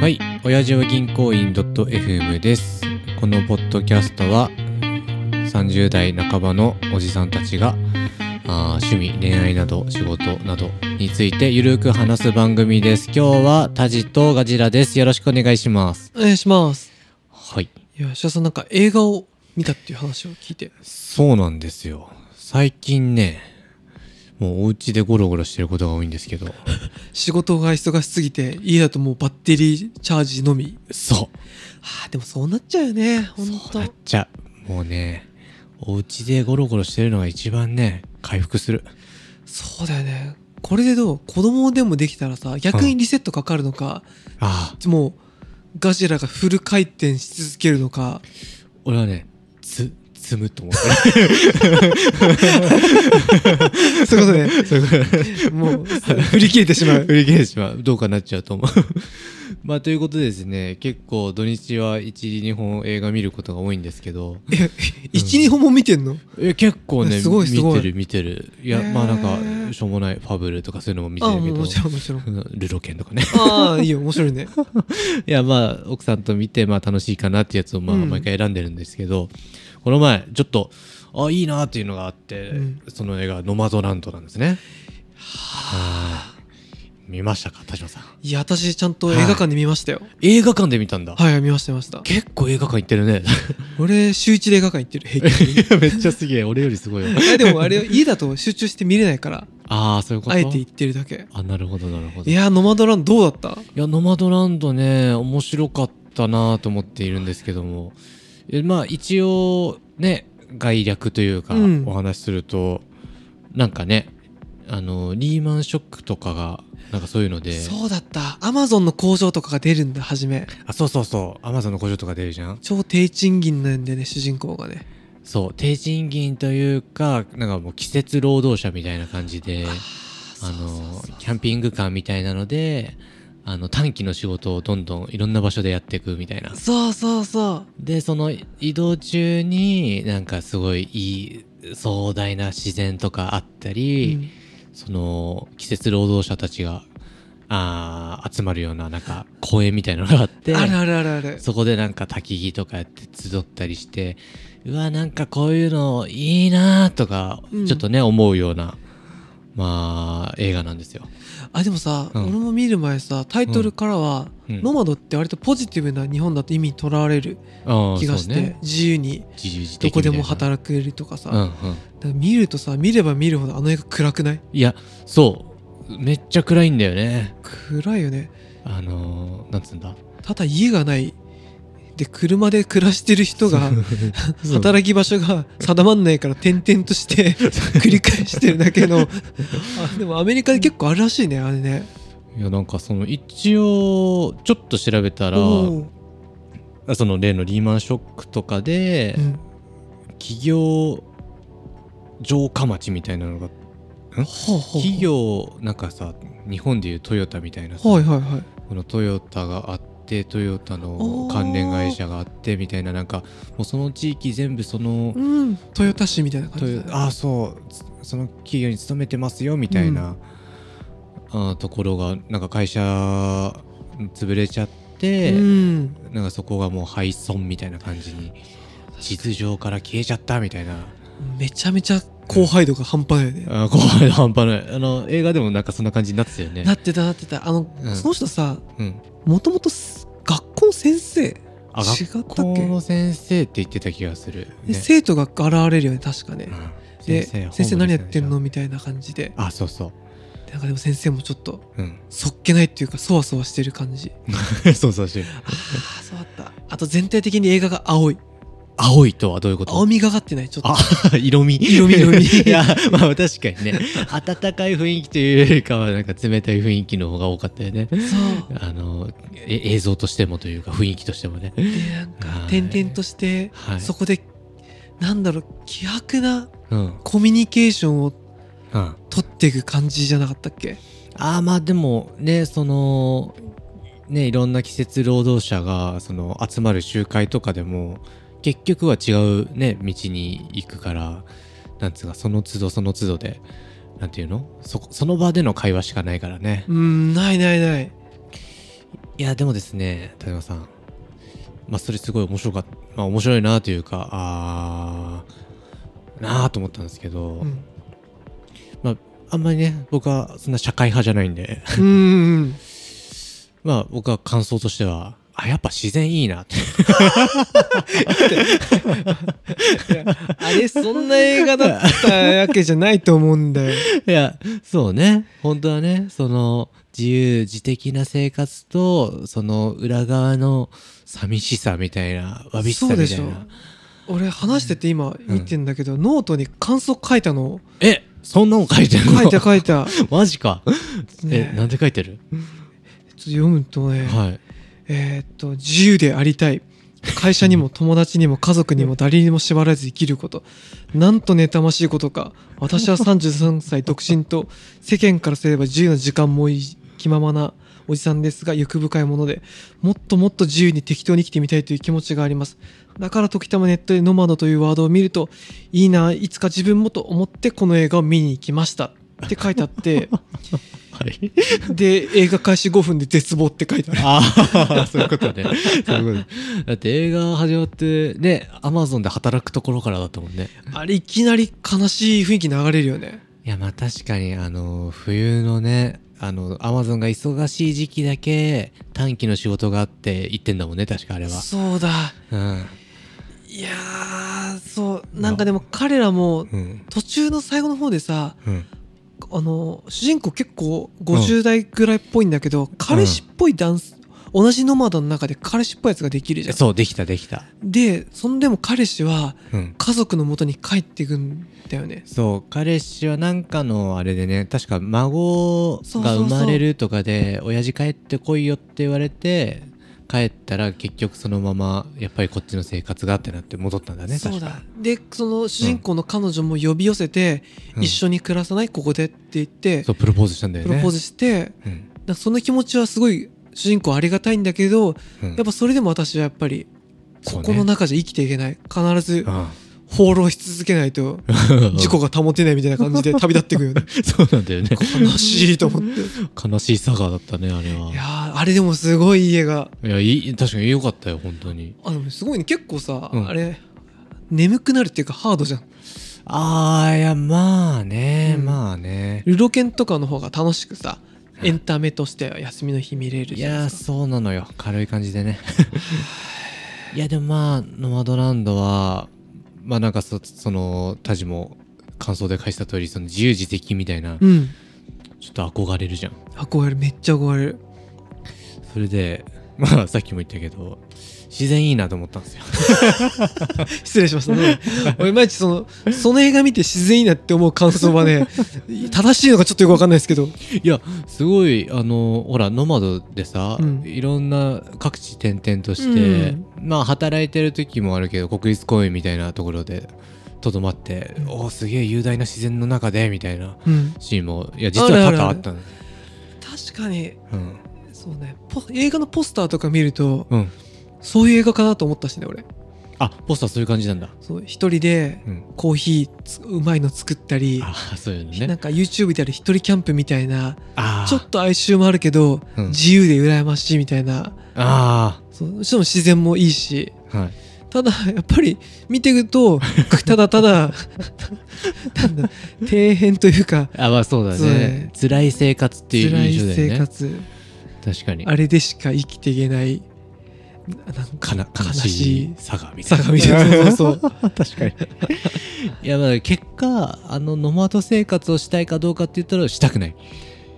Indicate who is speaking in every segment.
Speaker 1: はい、親父は銀行員 .fm です。このポッドキャストは30代半ばのおじさんたちがあー趣味、恋愛など仕事などについてゆるく話す番組です。今日はタジとガジラです。よろしくお願いします。
Speaker 2: お願いします。
Speaker 1: はい。
Speaker 2: いや、白さんなんか映画を見たっていう話を聞いて。
Speaker 1: そうなんですよ。最近ね、もうお家でゴロゴロしてることが多いんですけど、
Speaker 2: 仕事が忙しすぎて、家だともうバッテリーチャージのみ。
Speaker 1: そう。
Speaker 2: はあ、でもそうなっちゃうよね。ほんと。
Speaker 1: なっちゃう。もうね、お家でゴロゴロしてるのが一番ね、回復する。
Speaker 2: そうだよね。これでどう子供でもできたらさ、逆にリセットかかるのか、
Speaker 1: ああ、
Speaker 2: もう、ガジラがフル回転し続けるのか。
Speaker 1: 俺はね、つ、積むと思ってる。
Speaker 2: そういうこ
Speaker 1: そういうこと
Speaker 2: で、もう、 振り切れてしまう。
Speaker 1: 売り切れてしまう。どうかなっちゃうと思う。 まあ、ということでですね、結構土日は1、2本映画見ることが多いんですけど、
Speaker 2: 一、二本も見てんの
Speaker 1: え結構ね、
Speaker 2: すごいすごい
Speaker 1: 見てる見てる。いや、
Speaker 2: へー
Speaker 1: まあなんか、しょうもないファブルとかそういうのも見て
Speaker 2: ああ、
Speaker 1: る
Speaker 2: も
Speaker 1: け
Speaker 2: う
Speaker 1: ど
Speaker 2: もち、ろんもちろん。
Speaker 1: うんルロケンとかね。
Speaker 2: ああ、いいよ、面白いね。
Speaker 1: いや、まあ、奥さんと見て、まあ、楽しいかなってやつを、まあ、
Speaker 2: うん
Speaker 1: 毎回選んでるんですけど、この前、ちょっと、あ、いいなっていうのがあって、
Speaker 2: うん
Speaker 1: その映画、ノマドランドなんですね。はい見ましたか、田島さん。
Speaker 2: いや、私ちゃんと映画館で見ましたよ。
Speaker 1: 映画館で見たんだ。
Speaker 2: はい、はい、見ました見ました。
Speaker 1: 結構映画館行ってるね。
Speaker 2: 俺、週一で映画館行ってる、平均
Speaker 1: い やめっちゃすげえ。俺よりすごいよ。
Speaker 2: いやでもあれ家だと集中して見れないから
Speaker 1: ああ、そういうこと
Speaker 2: あえて行ってるだけ
Speaker 1: あ、なるほど、なるほど。
Speaker 2: いやーノマドランドどうだった
Speaker 1: いや、ノマドランドね、面白かったなと思っているんですけども、えまあ一応ね、概略というか、
Speaker 2: うん
Speaker 1: お話しすると、なんかね、あの、リーマンショックとかが、なんかそういうので、
Speaker 2: そうだったアマゾンの工場とかが出るんだ初め
Speaker 1: あそうそうそう、アマゾンの工場とか出るじゃん
Speaker 2: 超低賃金なんでね主人公がね
Speaker 1: そう、低賃金というか、なんかもう季節労働者みたいな感じで、あの、キャンピングカーみたいなので、あの、短期の仕事をどんどんいろんな場所でやっていくみたいな。
Speaker 2: そうそうそう
Speaker 1: でその移動中になんかすごいいい壮大な自然とかあった
Speaker 2: う
Speaker 1: り、
Speaker 2: ん
Speaker 1: その季節労働者たちがあー集まるようななんか公園みたいなのがあって
Speaker 2: あるあるあるある
Speaker 1: そこでなんか焚き火とかやって集ったりしてうわなんかこういうのいいなーとか、
Speaker 2: うん
Speaker 1: ちょっとね思うようなまあ映画なんですよ。
Speaker 2: あでもさ、
Speaker 1: うん
Speaker 2: 俺も見る前さタイトルからは、
Speaker 1: うん
Speaker 2: ノマドって割とポジティブな日本だと意味とらわれる
Speaker 1: あー
Speaker 2: 気がして、
Speaker 1: そうね
Speaker 2: 自由に
Speaker 1: 自由自
Speaker 2: ど
Speaker 1: 適
Speaker 2: こ
Speaker 1: みた
Speaker 2: で
Speaker 1: いな
Speaker 2: も働けるとかさ、
Speaker 1: うん
Speaker 2: だか
Speaker 1: うん
Speaker 2: ら見るとさ見れば見るほどあの映画暗くない
Speaker 1: いやそうめっちゃ暗いんだよね。
Speaker 2: 暗いよね
Speaker 1: あのー、なんつうん だ
Speaker 2: ただ家がないで車で暮らしてる人が働き場所が定まんないから転々として 繰り返してるだけのあでもアメリカで結構あるらしいねあれね
Speaker 1: いやなんかその一応ちょっと調べたら
Speaker 2: おー
Speaker 1: その例のリーマンショックとかで、
Speaker 2: うん
Speaker 1: 企業城下町みたいなのが
Speaker 2: ほうほう
Speaker 1: 企業なんかさ日本でいうトヨタみたいなさ
Speaker 2: はいはいはい
Speaker 1: このトヨタがあってトヨタの関連会社があってみたいななんかもうその地域全部その
Speaker 2: うん豊田市みたいな感
Speaker 1: とい
Speaker 2: じ
Speaker 1: う
Speaker 2: だね
Speaker 1: あそうつその企業に勤めてますよみたいな、あところがなんか会社潰れちゃって、
Speaker 2: うん
Speaker 1: なんかそこがもう廃村みたいな感じに地図上から消えちゃったみたいな
Speaker 2: めちゃめちゃ高配度が半端ないよね、
Speaker 1: あ後輩の半端ないあの映画でもなんかそんな感じになってたよね
Speaker 2: なってたなってたあの、
Speaker 1: うん
Speaker 2: その人さ
Speaker 1: うん、
Speaker 2: もともとす学校の先生、
Speaker 1: あ
Speaker 2: 違ったっ
Speaker 1: 学
Speaker 2: け
Speaker 1: 校の先生って言ってた気がする、ね
Speaker 2: で生徒が現れるよね確かね、
Speaker 1: うん
Speaker 2: で
Speaker 1: 先生
Speaker 2: 先生何やってんの
Speaker 1: ホームレスなんでし
Speaker 2: みたいな感じで
Speaker 1: ょあそうそう
Speaker 2: なんかでも先生もちょっと
Speaker 1: うん
Speaker 2: そっけないっていうかそわそわしてる感じ
Speaker 1: そうそうし
Speaker 2: ああそうだったあと全体的に映画が青い
Speaker 1: 青いとはどういうこと
Speaker 2: 青みがかってないちょっと
Speaker 1: あ、色味
Speaker 2: 色味色味
Speaker 1: いや、まあ確かにね、暖かい雰囲気というよりかは、なんか冷たい雰囲気の方が多かったよね。
Speaker 2: そう
Speaker 1: あの、え映像としてもというか、雰囲気としてもね。
Speaker 2: でなん
Speaker 1: は
Speaker 2: か
Speaker 1: い
Speaker 2: 点々として、
Speaker 1: はい
Speaker 2: そこでなんだろう希薄な
Speaker 1: うん。うん。
Speaker 2: コミュニケーションを
Speaker 1: あ
Speaker 2: 取っていく感じじゃなかったっけ
Speaker 1: あ、まあでも、ね、その、ね、いろんな季節労働者が、その、集まる集会とかでも、結局は違うね、道に行くから、なんつうか、その都度その都度で、なんていうのそ、その場での会話しかないからね。
Speaker 2: うーんないないない
Speaker 1: いやでもですね田島さんまあそれすごい面白かった、まあ、面白いなというかあーなあと思ったんですけど、
Speaker 2: うん
Speaker 1: まああんまりね僕はそんな社会派じゃないんで
Speaker 2: うんうん
Speaker 1: まあ僕は感想としてはあやっぱ自然いいなって
Speaker 2: あれそんな映画だったわけじゃないと思うんだよ。
Speaker 1: いやそうね本当はねその自由自的な生活とその裏側の寂しさみたいなわびしさみた
Speaker 2: そう
Speaker 1: い
Speaker 2: でし
Speaker 1: な
Speaker 2: 俺話してて今見てんだけど、ノートに感想書いたの
Speaker 1: えそんなの書いてるの
Speaker 2: 書いた書いた。
Speaker 1: マジか。
Speaker 2: ね
Speaker 1: え、なんて書いてる
Speaker 2: ちょっと読むとね、
Speaker 1: はい。
Speaker 2: えーっと自由でありたい会社にも友達にも家族にも誰にも縛られず生きることなんと妬ましいことか私は33歳独身と世間からすれば自由な時間もいい気ままなおじさんですが欲深いものでもっともっと自由に適当に生きてみたいという気持ちがありますだから時たまネットで「ノマド」というワードを見るといいないつか自分もと思ってこの映画を見に行きましたって書いてあって
Speaker 1: はい。
Speaker 2: で映画開始5分で絶望って書いてある
Speaker 1: ああ、そういう ことね。そういうことだって映画始まって、ね、アマゾンで働くところからだったもんね。
Speaker 2: あれいきなり悲しい雰囲気流れるよね。
Speaker 1: いや、まあ確かに、あの、冬のね、あの、アマゾンが忙しい時期だけ短期の仕事があって行ってんだもんね、確かあれは。
Speaker 2: そうだ。
Speaker 1: うん。
Speaker 2: いやー、そう、なんかでも彼らも
Speaker 1: うん。
Speaker 2: 途中の最後の方でさ、
Speaker 1: うん。
Speaker 2: あの、主人公結構50代ぐらいっぽいんだけど、彼氏っぽいダンス、同じノマドの中で彼氏っぽいやつができるじゃん。
Speaker 1: そう、できた、できた。
Speaker 2: で、そんでも彼氏は
Speaker 1: うん。
Speaker 2: 家族の元に帰っていくんだよね。
Speaker 1: そう彼氏はなんかのあれでね確か孫
Speaker 2: そうそう
Speaker 1: が
Speaker 2: そう
Speaker 1: 生まれるとかで親父帰ってこいよって言われて帰ったら結局そのままやっぱりこっちの生活がってなって戻ったんだね
Speaker 2: そう
Speaker 1: 確か
Speaker 2: だでその主人公の彼女も呼び寄せて、
Speaker 1: うん
Speaker 2: 一緒に暮らさないここでって言って
Speaker 1: そうプロポーズしたんだよ
Speaker 2: プ
Speaker 1: ね
Speaker 2: ロポーズして
Speaker 1: うん
Speaker 2: だからその気持ちはすごい主人公ありがたいんだけど
Speaker 1: うん
Speaker 2: やっぱそれでも私はやっぱり
Speaker 1: そう
Speaker 2: こ
Speaker 1: ね
Speaker 2: この中じゃ生きていけない、必ず
Speaker 1: あ
Speaker 2: 放浪し続けないと
Speaker 1: あ
Speaker 2: 事故が保てないみたいな感じで旅立っていくよね
Speaker 1: そうなんだよね
Speaker 2: 悲しいと思ってい
Speaker 1: 悲しいサガだったねあれは
Speaker 2: やーあれでもすごい家が
Speaker 1: いやいい確かに良かったよ本当に
Speaker 2: あのすごいね結構さ、
Speaker 1: うん
Speaker 2: あれ眠くなるっていうかハードじゃん
Speaker 1: ああいやまあね、
Speaker 2: うん
Speaker 1: まあね
Speaker 2: ルロケンとかの方が楽しくさエンタメとしては休みの日見れる
Speaker 1: い
Speaker 2: じゃん
Speaker 1: やーそうなのよ軽い感じでね いやでもまあノマドランドはまあなんかそそのタジも感想で返した通りその自由自適みたいな
Speaker 2: うん
Speaker 1: ちょっと憧れるじゃん
Speaker 2: 憧れるめっちゃ憧れる
Speaker 1: それでまあさっきも言ったけど自然いいなと思ったん ですよ
Speaker 2: 失礼しま したね。俺、毎日その、その映画見て自然いいなって思う感想はね、 正しいのかちょっとよくわかんないですけど、
Speaker 1: いやすごいあのほらノマドでさ、
Speaker 2: うん
Speaker 1: いろんな各地転々として、まあ働いてる時もあるけど国立公園みたいなところでとどまって、
Speaker 2: うん
Speaker 1: おおすげえ雄大な自然の中でみたいな
Speaker 2: うん、
Speaker 1: シーンもいや実は多々あったの
Speaker 2: 確か
Speaker 1: う
Speaker 2: に、
Speaker 1: ん
Speaker 2: そうね、ポ映画のポスターとか見ると、
Speaker 1: うん
Speaker 2: そういう映画かなと思ったしね、俺。
Speaker 1: あポスターそういう感じなんだ
Speaker 2: そう一人で
Speaker 1: うん
Speaker 2: コーヒーつうまいの作ったり、
Speaker 1: あーそういうの
Speaker 2: なん
Speaker 1: ね
Speaker 2: か YouTube である一人キャンプみたいな、
Speaker 1: あー
Speaker 2: ちょっと哀愁もあるけど、
Speaker 1: うん
Speaker 2: 自由で羨ましいみたいな、
Speaker 1: あ
Speaker 2: そうしかも自然もいいし、
Speaker 1: あはい
Speaker 2: ただやっぱり見ていく とただただなんだ底辺というか
Speaker 1: あまあそうだ
Speaker 2: そうね
Speaker 1: ね辛い生活っていう
Speaker 2: 辛い
Speaker 1: 印象だ
Speaker 2: 生
Speaker 1: よね
Speaker 2: 活、
Speaker 1: 確かに
Speaker 2: あれでしか生きていけないななん
Speaker 1: かな悲
Speaker 2: 悲し
Speaker 1: し
Speaker 2: い
Speaker 1: い佐賀みたいな
Speaker 2: 坂道そうそうそう
Speaker 1: 確かにいやまあ結果あのノマド生活をしたいかどうかって言ったらしたくない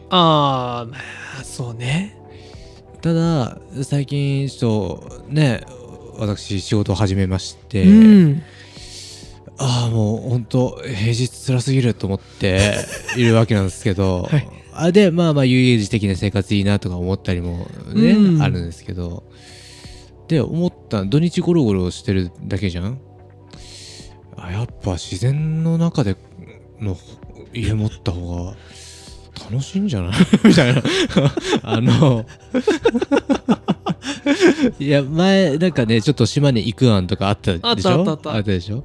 Speaker 2: あーまあそうね
Speaker 1: ただ最近ちょっとね私仕事を始めまして、
Speaker 2: うん
Speaker 1: ああもう本当平日辛すぎると思 っているわけなんですけど、
Speaker 2: はい
Speaker 1: あでまあまあ有意義的な生活いいなとか思ったりもね、
Speaker 2: うん
Speaker 1: あるんですけどで思った土日ゴロゴロしてるだけじゃんあやっぱ自然の中での家持った方が楽しいんじゃ ないみたいなあのいや前なんかねちょっと島に行く案とかあったでしょ
Speaker 2: あったあったあった
Speaker 1: でしょ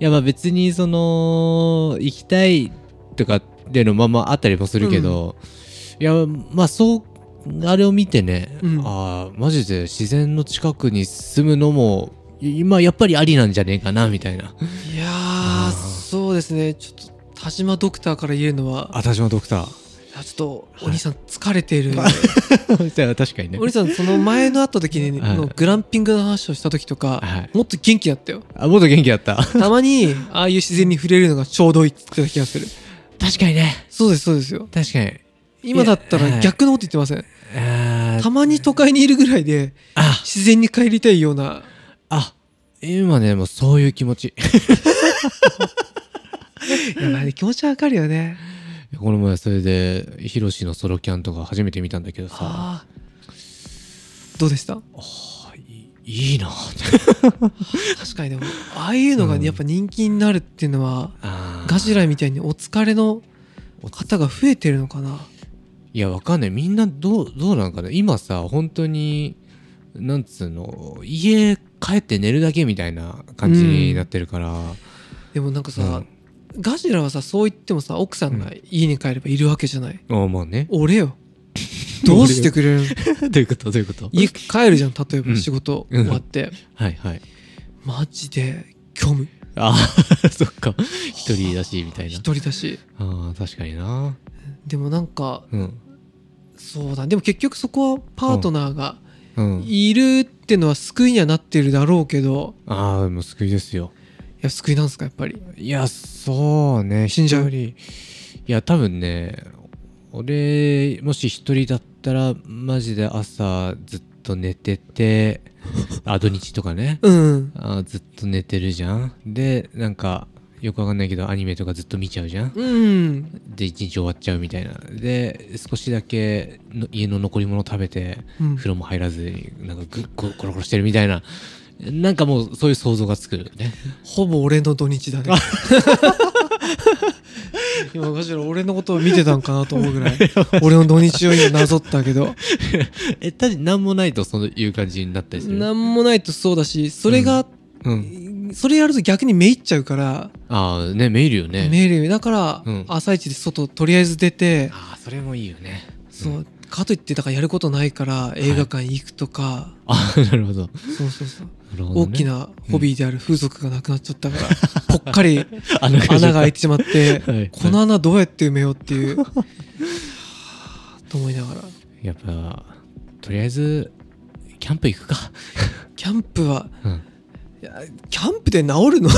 Speaker 1: いやまあ別にその行きたいとかっていうのまあまああったりもするけど、いやまあそうあれを見てね、
Speaker 2: うん
Speaker 1: ああマジで自然の近くに住むのもい今やっぱりありなんじゃねえかなみたいない
Speaker 2: や
Speaker 1: あ
Speaker 2: ー
Speaker 1: ー
Speaker 2: そうですねちょっと田島ドクターから言えるのは
Speaker 1: 私もドクタ
Speaker 2: いやちょっとお兄さん疲れてる、
Speaker 1: ー 確かにね
Speaker 2: お兄さんその前の会った時に、
Speaker 1: はい
Speaker 2: のグランピングの話をした時とか、
Speaker 1: はい
Speaker 2: もっと元気だったよ
Speaker 1: あもっと元気だった
Speaker 2: たまにああいう自然に触れるのがちょうどいいって言ってた気がする
Speaker 1: 確かにね
Speaker 2: そうですそうですよ
Speaker 1: 確かに
Speaker 2: 今だった
Speaker 1: いやは
Speaker 2: ら
Speaker 1: い
Speaker 2: 逆のこと言ってません、
Speaker 1: あ
Speaker 2: たまに都会にいるぐらいで
Speaker 1: あ
Speaker 2: 自然に帰りたいような
Speaker 1: あ今ねもうそういう気持ち
Speaker 2: いやまあね気持ちはわかるよね
Speaker 1: この前それでヒロシのソロキャンとか初めて見たんだけどさ
Speaker 2: あーどうでした
Speaker 1: あいいいなって
Speaker 2: 確かにでもああいうのが
Speaker 1: うん
Speaker 2: ねやっぱ人気になるっていうのは、
Speaker 1: あー
Speaker 2: ガジラみたいにお疲れの方が増えてるのかない
Speaker 1: やわかんないみんなどうどうなんかな今さ本当になんつうの家帰って寝るだけみたいな感じになってるから、
Speaker 2: でもなんかさ、
Speaker 1: うん
Speaker 2: ガジラはさそう言ってもさ奥さんが家に帰ればいるわけじゃない、
Speaker 1: ああまあね
Speaker 2: 俺よどうしてくれるの
Speaker 1: どういうことどういうこと
Speaker 2: 家帰るじゃん例え
Speaker 1: う
Speaker 2: ば
Speaker 1: ん
Speaker 2: 仕事終わって、
Speaker 1: はいはい
Speaker 2: マジで虚無
Speaker 1: ああ そっか一人だしみたいな
Speaker 2: 一人だし
Speaker 1: ああ確かにな
Speaker 2: でもなんか
Speaker 1: うん
Speaker 2: そうだでも結局そこはパートナーが
Speaker 1: うん
Speaker 2: いるってのは救いにはなってるだろうけど
Speaker 1: ああもう救いですよ
Speaker 2: いや救いなんですかやっぱり
Speaker 1: いやそうね
Speaker 2: 死んじゃう
Speaker 1: 一人いや多分ね俺もし一人だったらマジで朝ずっと寝て てあ土日とかね
Speaker 2: うん
Speaker 1: あずっと寝てるじゃんでなんかよくわかんないけどアニメとかずっと見ちゃうじゃん
Speaker 2: うん
Speaker 1: で一日終わっちゃうみたいなで少しだけの家の残り物食べて
Speaker 2: うん
Speaker 1: 風呂も入らずになんかぐっこコロコロしてるみたいななんかもうそういう想像がつくよね
Speaker 2: ほぼ俺の土日だね 今ガジラ俺のことを見てたんかなと思うぐらい俺の土日を今なぞったけ ど
Speaker 1: え、たじ、なんもないとそういう感じになったりする。
Speaker 2: なんもないとそうだしそれが、
Speaker 1: うん。
Speaker 2: それやると逆にめいっちゃうから、
Speaker 1: ああ、ね、メールよね。
Speaker 2: メールだから、
Speaker 1: うん
Speaker 2: 朝一で外とりあえず出て
Speaker 1: ああ、それもいいよね。
Speaker 2: そうかといってだからやることないから映画館行くとか、
Speaker 1: ああ、なるほど。な
Speaker 2: そうそうそう、
Speaker 1: るほど、ね。
Speaker 2: 大き。なホビーである風俗がなくなっちゃっ たから、ぽっかり
Speaker 1: 穴が開いちゃ
Speaker 2: 穴
Speaker 1: った
Speaker 2: が開いてしまって、
Speaker 1: はい
Speaker 2: この穴どうやって埋めようっていうはぁと思いながら
Speaker 1: やっぱ、とりあえず、キャンプ行くか。
Speaker 2: キャンプは
Speaker 1: うん。
Speaker 2: いやキャンプで治るの
Speaker 1: い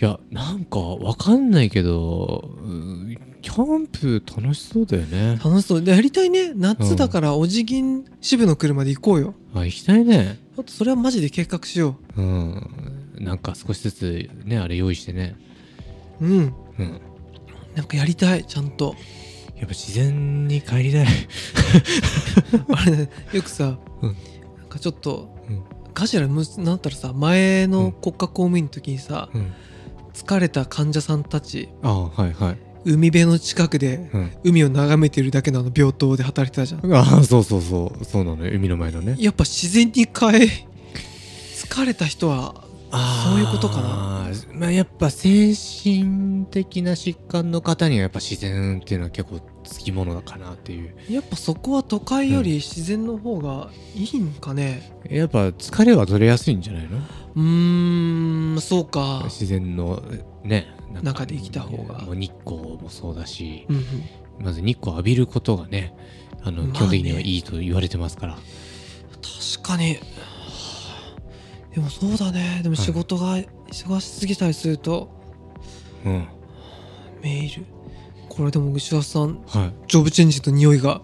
Speaker 1: や、なんか、わかんないけど、うんキャンプ楽しそうだよね。
Speaker 2: 楽しそうでやりたいね夏だからお辞儀支部の車で行こうよ
Speaker 1: あ、行きたいね。
Speaker 2: ちょっとそれはマジで計画しよ
Speaker 1: うん。なんか少しずつ、ね、あれ用意してね。
Speaker 2: ううん
Speaker 1: うん。
Speaker 2: なんかやりたいちゃんと
Speaker 1: やっぱ自然に帰 りたい。
Speaker 2: あれねよくさ、
Speaker 1: うん
Speaker 2: なんかちょっと
Speaker 1: うん。
Speaker 2: ガジラむなんだったらさ前の国家公務員の時にさ、
Speaker 1: うん。
Speaker 2: 疲れた患者さんたち
Speaker 1: ああ、はいはい。
Speaker 2: 海辺の近くで
Speaker 1: うん。
Speaker 2: 海を眺めてるだけのあの病棟で働いてたじゃん
Speaker 1: ああそうそうそうそうなのよ海の前のね
Speaker 2: やっぱ自然に変え疲れた人は
Speaker 1: あ
Speaker 2: そういうことか
Speaker 1: なまあやっぱ精神的な疾患の方にはやっぱ自然っていうのは結構つきものかなっていう
Speaker 2: やっぱそこは都会より自然の方がいいんかね
Speaker 1: やっぱ疲れは取れやすいんじゃないの
Speaker 2: うーんそうか
Speaker 1: 自然のねなんか
Speaker 2: 中で生きた方が
Speaker 1: もう日光もそうだし
Speaker 2: うんうん
Speaker 1: まず日光浴びることがねあの、
Speaker 2: まあね
Speaker 1: 基本的にはいいと言われてますから
Speaker 2: 確かにでもそうだねでも仕事が忙しすぎたりすると
Speaker 1: うん
Speaker 2: メールこれでも牛田さん
Speaker 1: はい
Speaker 2: ジョブチェンジの匂い が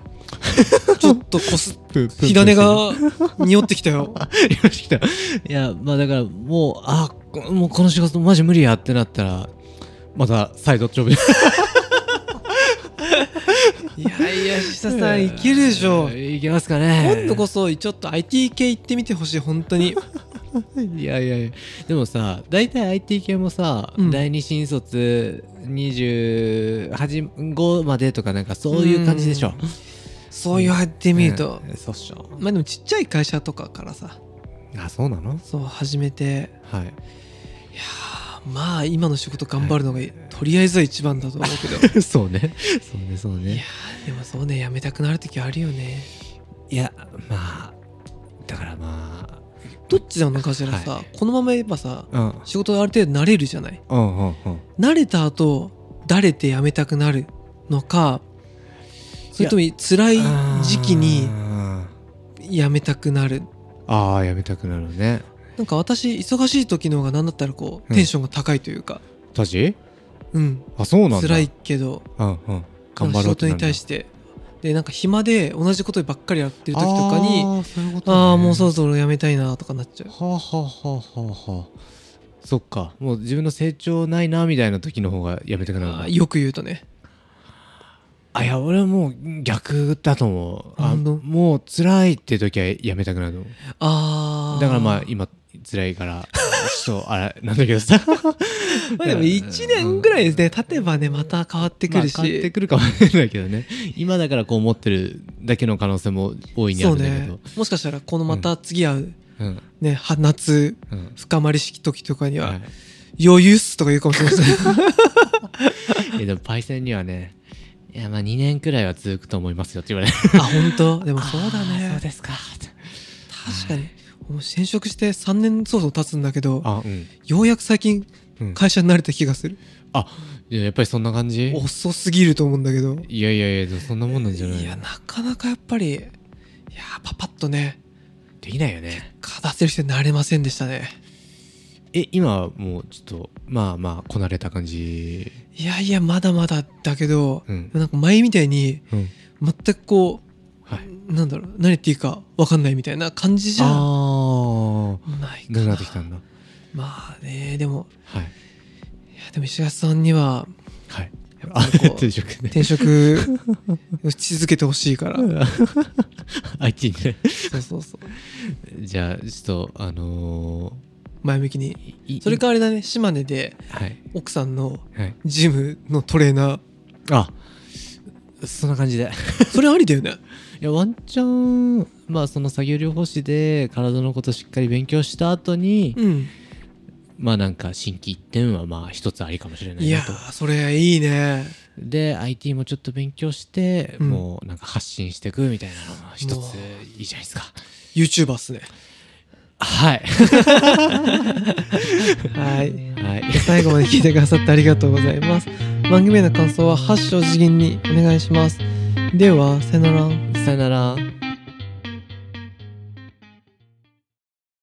Speaker 2: ちょっとこす
Speaker 1: プープープー
Speaker 2: 火種が匂ってきたよ
Speaker 1: よろしくだいや、まあだからもう、あ、こもうこの仕事マジ無理やってなったら、また再度ジョブ。
Speaker 2: いやいや牛田さんいけるでしょ
Speaker 1: いけますかね。
Speaker 2: 今度こそちょっと IT 系行ってみてほしい本当に
Speaker 1: いやいやいや。でもさ、大体 IT 系もさ、
Speaker 2: うん
Speaker 1: 第二新卒25までとかなんかそういう感じでしょ。
Speaker 2: そう言われてみると、
Speaker 1: うんそうっしょ。
Speaker 2: まあでもちっちゃい会社とかからさ
Speaker 1: あ、そうなの
Speaker 2: そう始めて
Speaker 1: はい。
Speaker 2: いやーまあ今の仕事頑張るのがとりあえずは一番 だと思うけどい
Speaker 1: そうね。そうね、そうね
Speaker 2: や。ーでもそうねやめたくなる時あるよね
Speaker 1: いやまあだからま
Speaker 2: どっちなのかしらさ、
Speaker 1: は
Speaker 2: このまま言えばさ
Speaker 1: あうん
Speaker 2: 仕事ある程度慣れるじゃない
Speaker 1: うんうんうん
Speaker 2: 慣れた後だれて辞めたくなるのかそれとも辛い時期に
Speaker 1: あ
Speaker 2: 辞めたくなる
Speaker 1: ーあーやめたくなるね
Speaker 2: なんか私忙しい時の方が何だったらこ
Speaker 1: う
Speaker 2: うんテンションが高いというか
Speaker 1: たち
Speaker 2: うん、
Speaker 1: あそうなんだ
Speaker 2: 辛いけど
Speaker 1: うんうん頑張
Speaker 2: 仕
Speaker 1: ろうって
Speaker 2: 事
Speaker 1: なる
Speaker 2: に対してでなんか暇で同じことばっかりやってる時とかにああーもうそろ
Speaker 1: そ
Speaker 2: そろ辞めたいなとかなっちゃう
Speaker 1: はあ、はあはあはあはあ、そっかもう自分の成長ないなみたいな時の方がやめたくなる
Speaker 2: あ
Speaker 1: の
Speaker 2: ーよく言うとね
Speaker 1: あいや俺はもう逆だと思うあ
Speaker 2: 本当
Speaker 1: もう辛いって時はやめたくなると思う
Speaker 2: ああ
Speaker 1: だからまあ今辛いからちょっとあれなんだけど さ
Speaker 2: まあでも1年ぐらいですね経てばねまた変わってくるし、
Speaker 1: まあ変わってくるかもしれないけどね今だからこう思ってるだけの可能性も大いにあ
Speaker 2: そ
Speaker 1: る
Speaker 2: うん
Speaker 1: だけど
Speaker 2: ねもしかしたらこのまた次会う、
Speaker 1: うん
Speaker 2: ねは夏
Speaker 1: うん
Speaker 2: 深まりしき時とかには、
Speaker 1: はい
Speaker 2: 余裕っすとか言うかもしれ ません
Speaker 1: えでもパイセンにはねいやまあ2年くらいは続くと思いますよって言われる
Speaker 2: あ本当でも そうだ
Speaker 1: あーそう
Speaker 2: ね
Speaker 1: ですか
Speaker 2: 確かにもう転職して3年そうそう経つんだけど
Speaker 1: あうん
Speaker 2: ようやく最近
Speaker 1: うん
Speaker 2: 会社に慣れた気がする、
Speaker 1: あいややっぱりそんな感じ
Speaker 2: 遅すぎると思うんだけど
Speaker 1: いやいやいやでもそんなもんなんじゃない
Speaker 2: いやなかなかやっぱりいやパパッとね
Speaker 1: できないよね
Speaker 2: 勝たせる人になれませんでしたね
Speaker 1: え今はもうちょっとまあまあこなれた感じ
Speaker 2: いやいやまだまだだけど、
Speaker 1: うん
Speaker 2: なんか前みたいに
Speaker 1: うん
Speaker 2: 全くこ
Speaker 1: は
Speaker 2: う
Speaker 1: い
Speaker 2: なんだろう何言っていいか分かんないみたいな感じじ
Speaker 1: あ
Speaker 2: ゃ
Speaker 1: あ
Speaker 2: な
Speaker 1: ー
Speaker 2: いか
Speaker 1: ど
Speaker 2: な
Speaker 1: うなってきたんだ
Speaker 2: まあねでも
Speaker 1: はい
Speaker 2: いやでも石橋さんには
Speaker 1: はい
Speaker 2: やっぱ
Speaker 1: あ
Speaker 2: りこ う
Speaker 1: 転職ね
Speaker 2: 転職し続けてほしいから、
Speaker 1: IT ね
Speaker 2: そうそうそう
Speaker 1: じゃあちょっとあの
Speaker 2: 前向きに
Speaker 1: ーいい
Speaker 2: それかあれだね島根で
Speaker 1: はい
Speaker 2: 奥さんの
Speaker 1: はい
Speaker 2: ジムのトレーナ
Speaker 1: あそんな感じで
Speaker 2: ーそれありだよね
Speaker 1: いやワンチャンまあその作業療法士で体のことしっかり勉強した後に、
Speaker 2: うん
Speaker 1: まあなんか新規一点はまあ一つありかもしれない
Speaker 2: いや
Speaker 1: なと
Speaker 2: ーそれいいね
Speaker 1: で IT もちょっと勉強して、
Speaker 2: うん
Speaker 1: もうなんか発信していくみたいなのも一
Speaker 2: も
Speaker 1: ついいじゃないですか
Speaker 2: YouTuber っすね
Speaker 1: はい
Speaker 2: はい
Speaker 1: はい
Speaker 2: 最後まで聞いてくださってありがとうございます番組への感想は8章次元にお願いしますではさよなら
Speaker 1: さよなら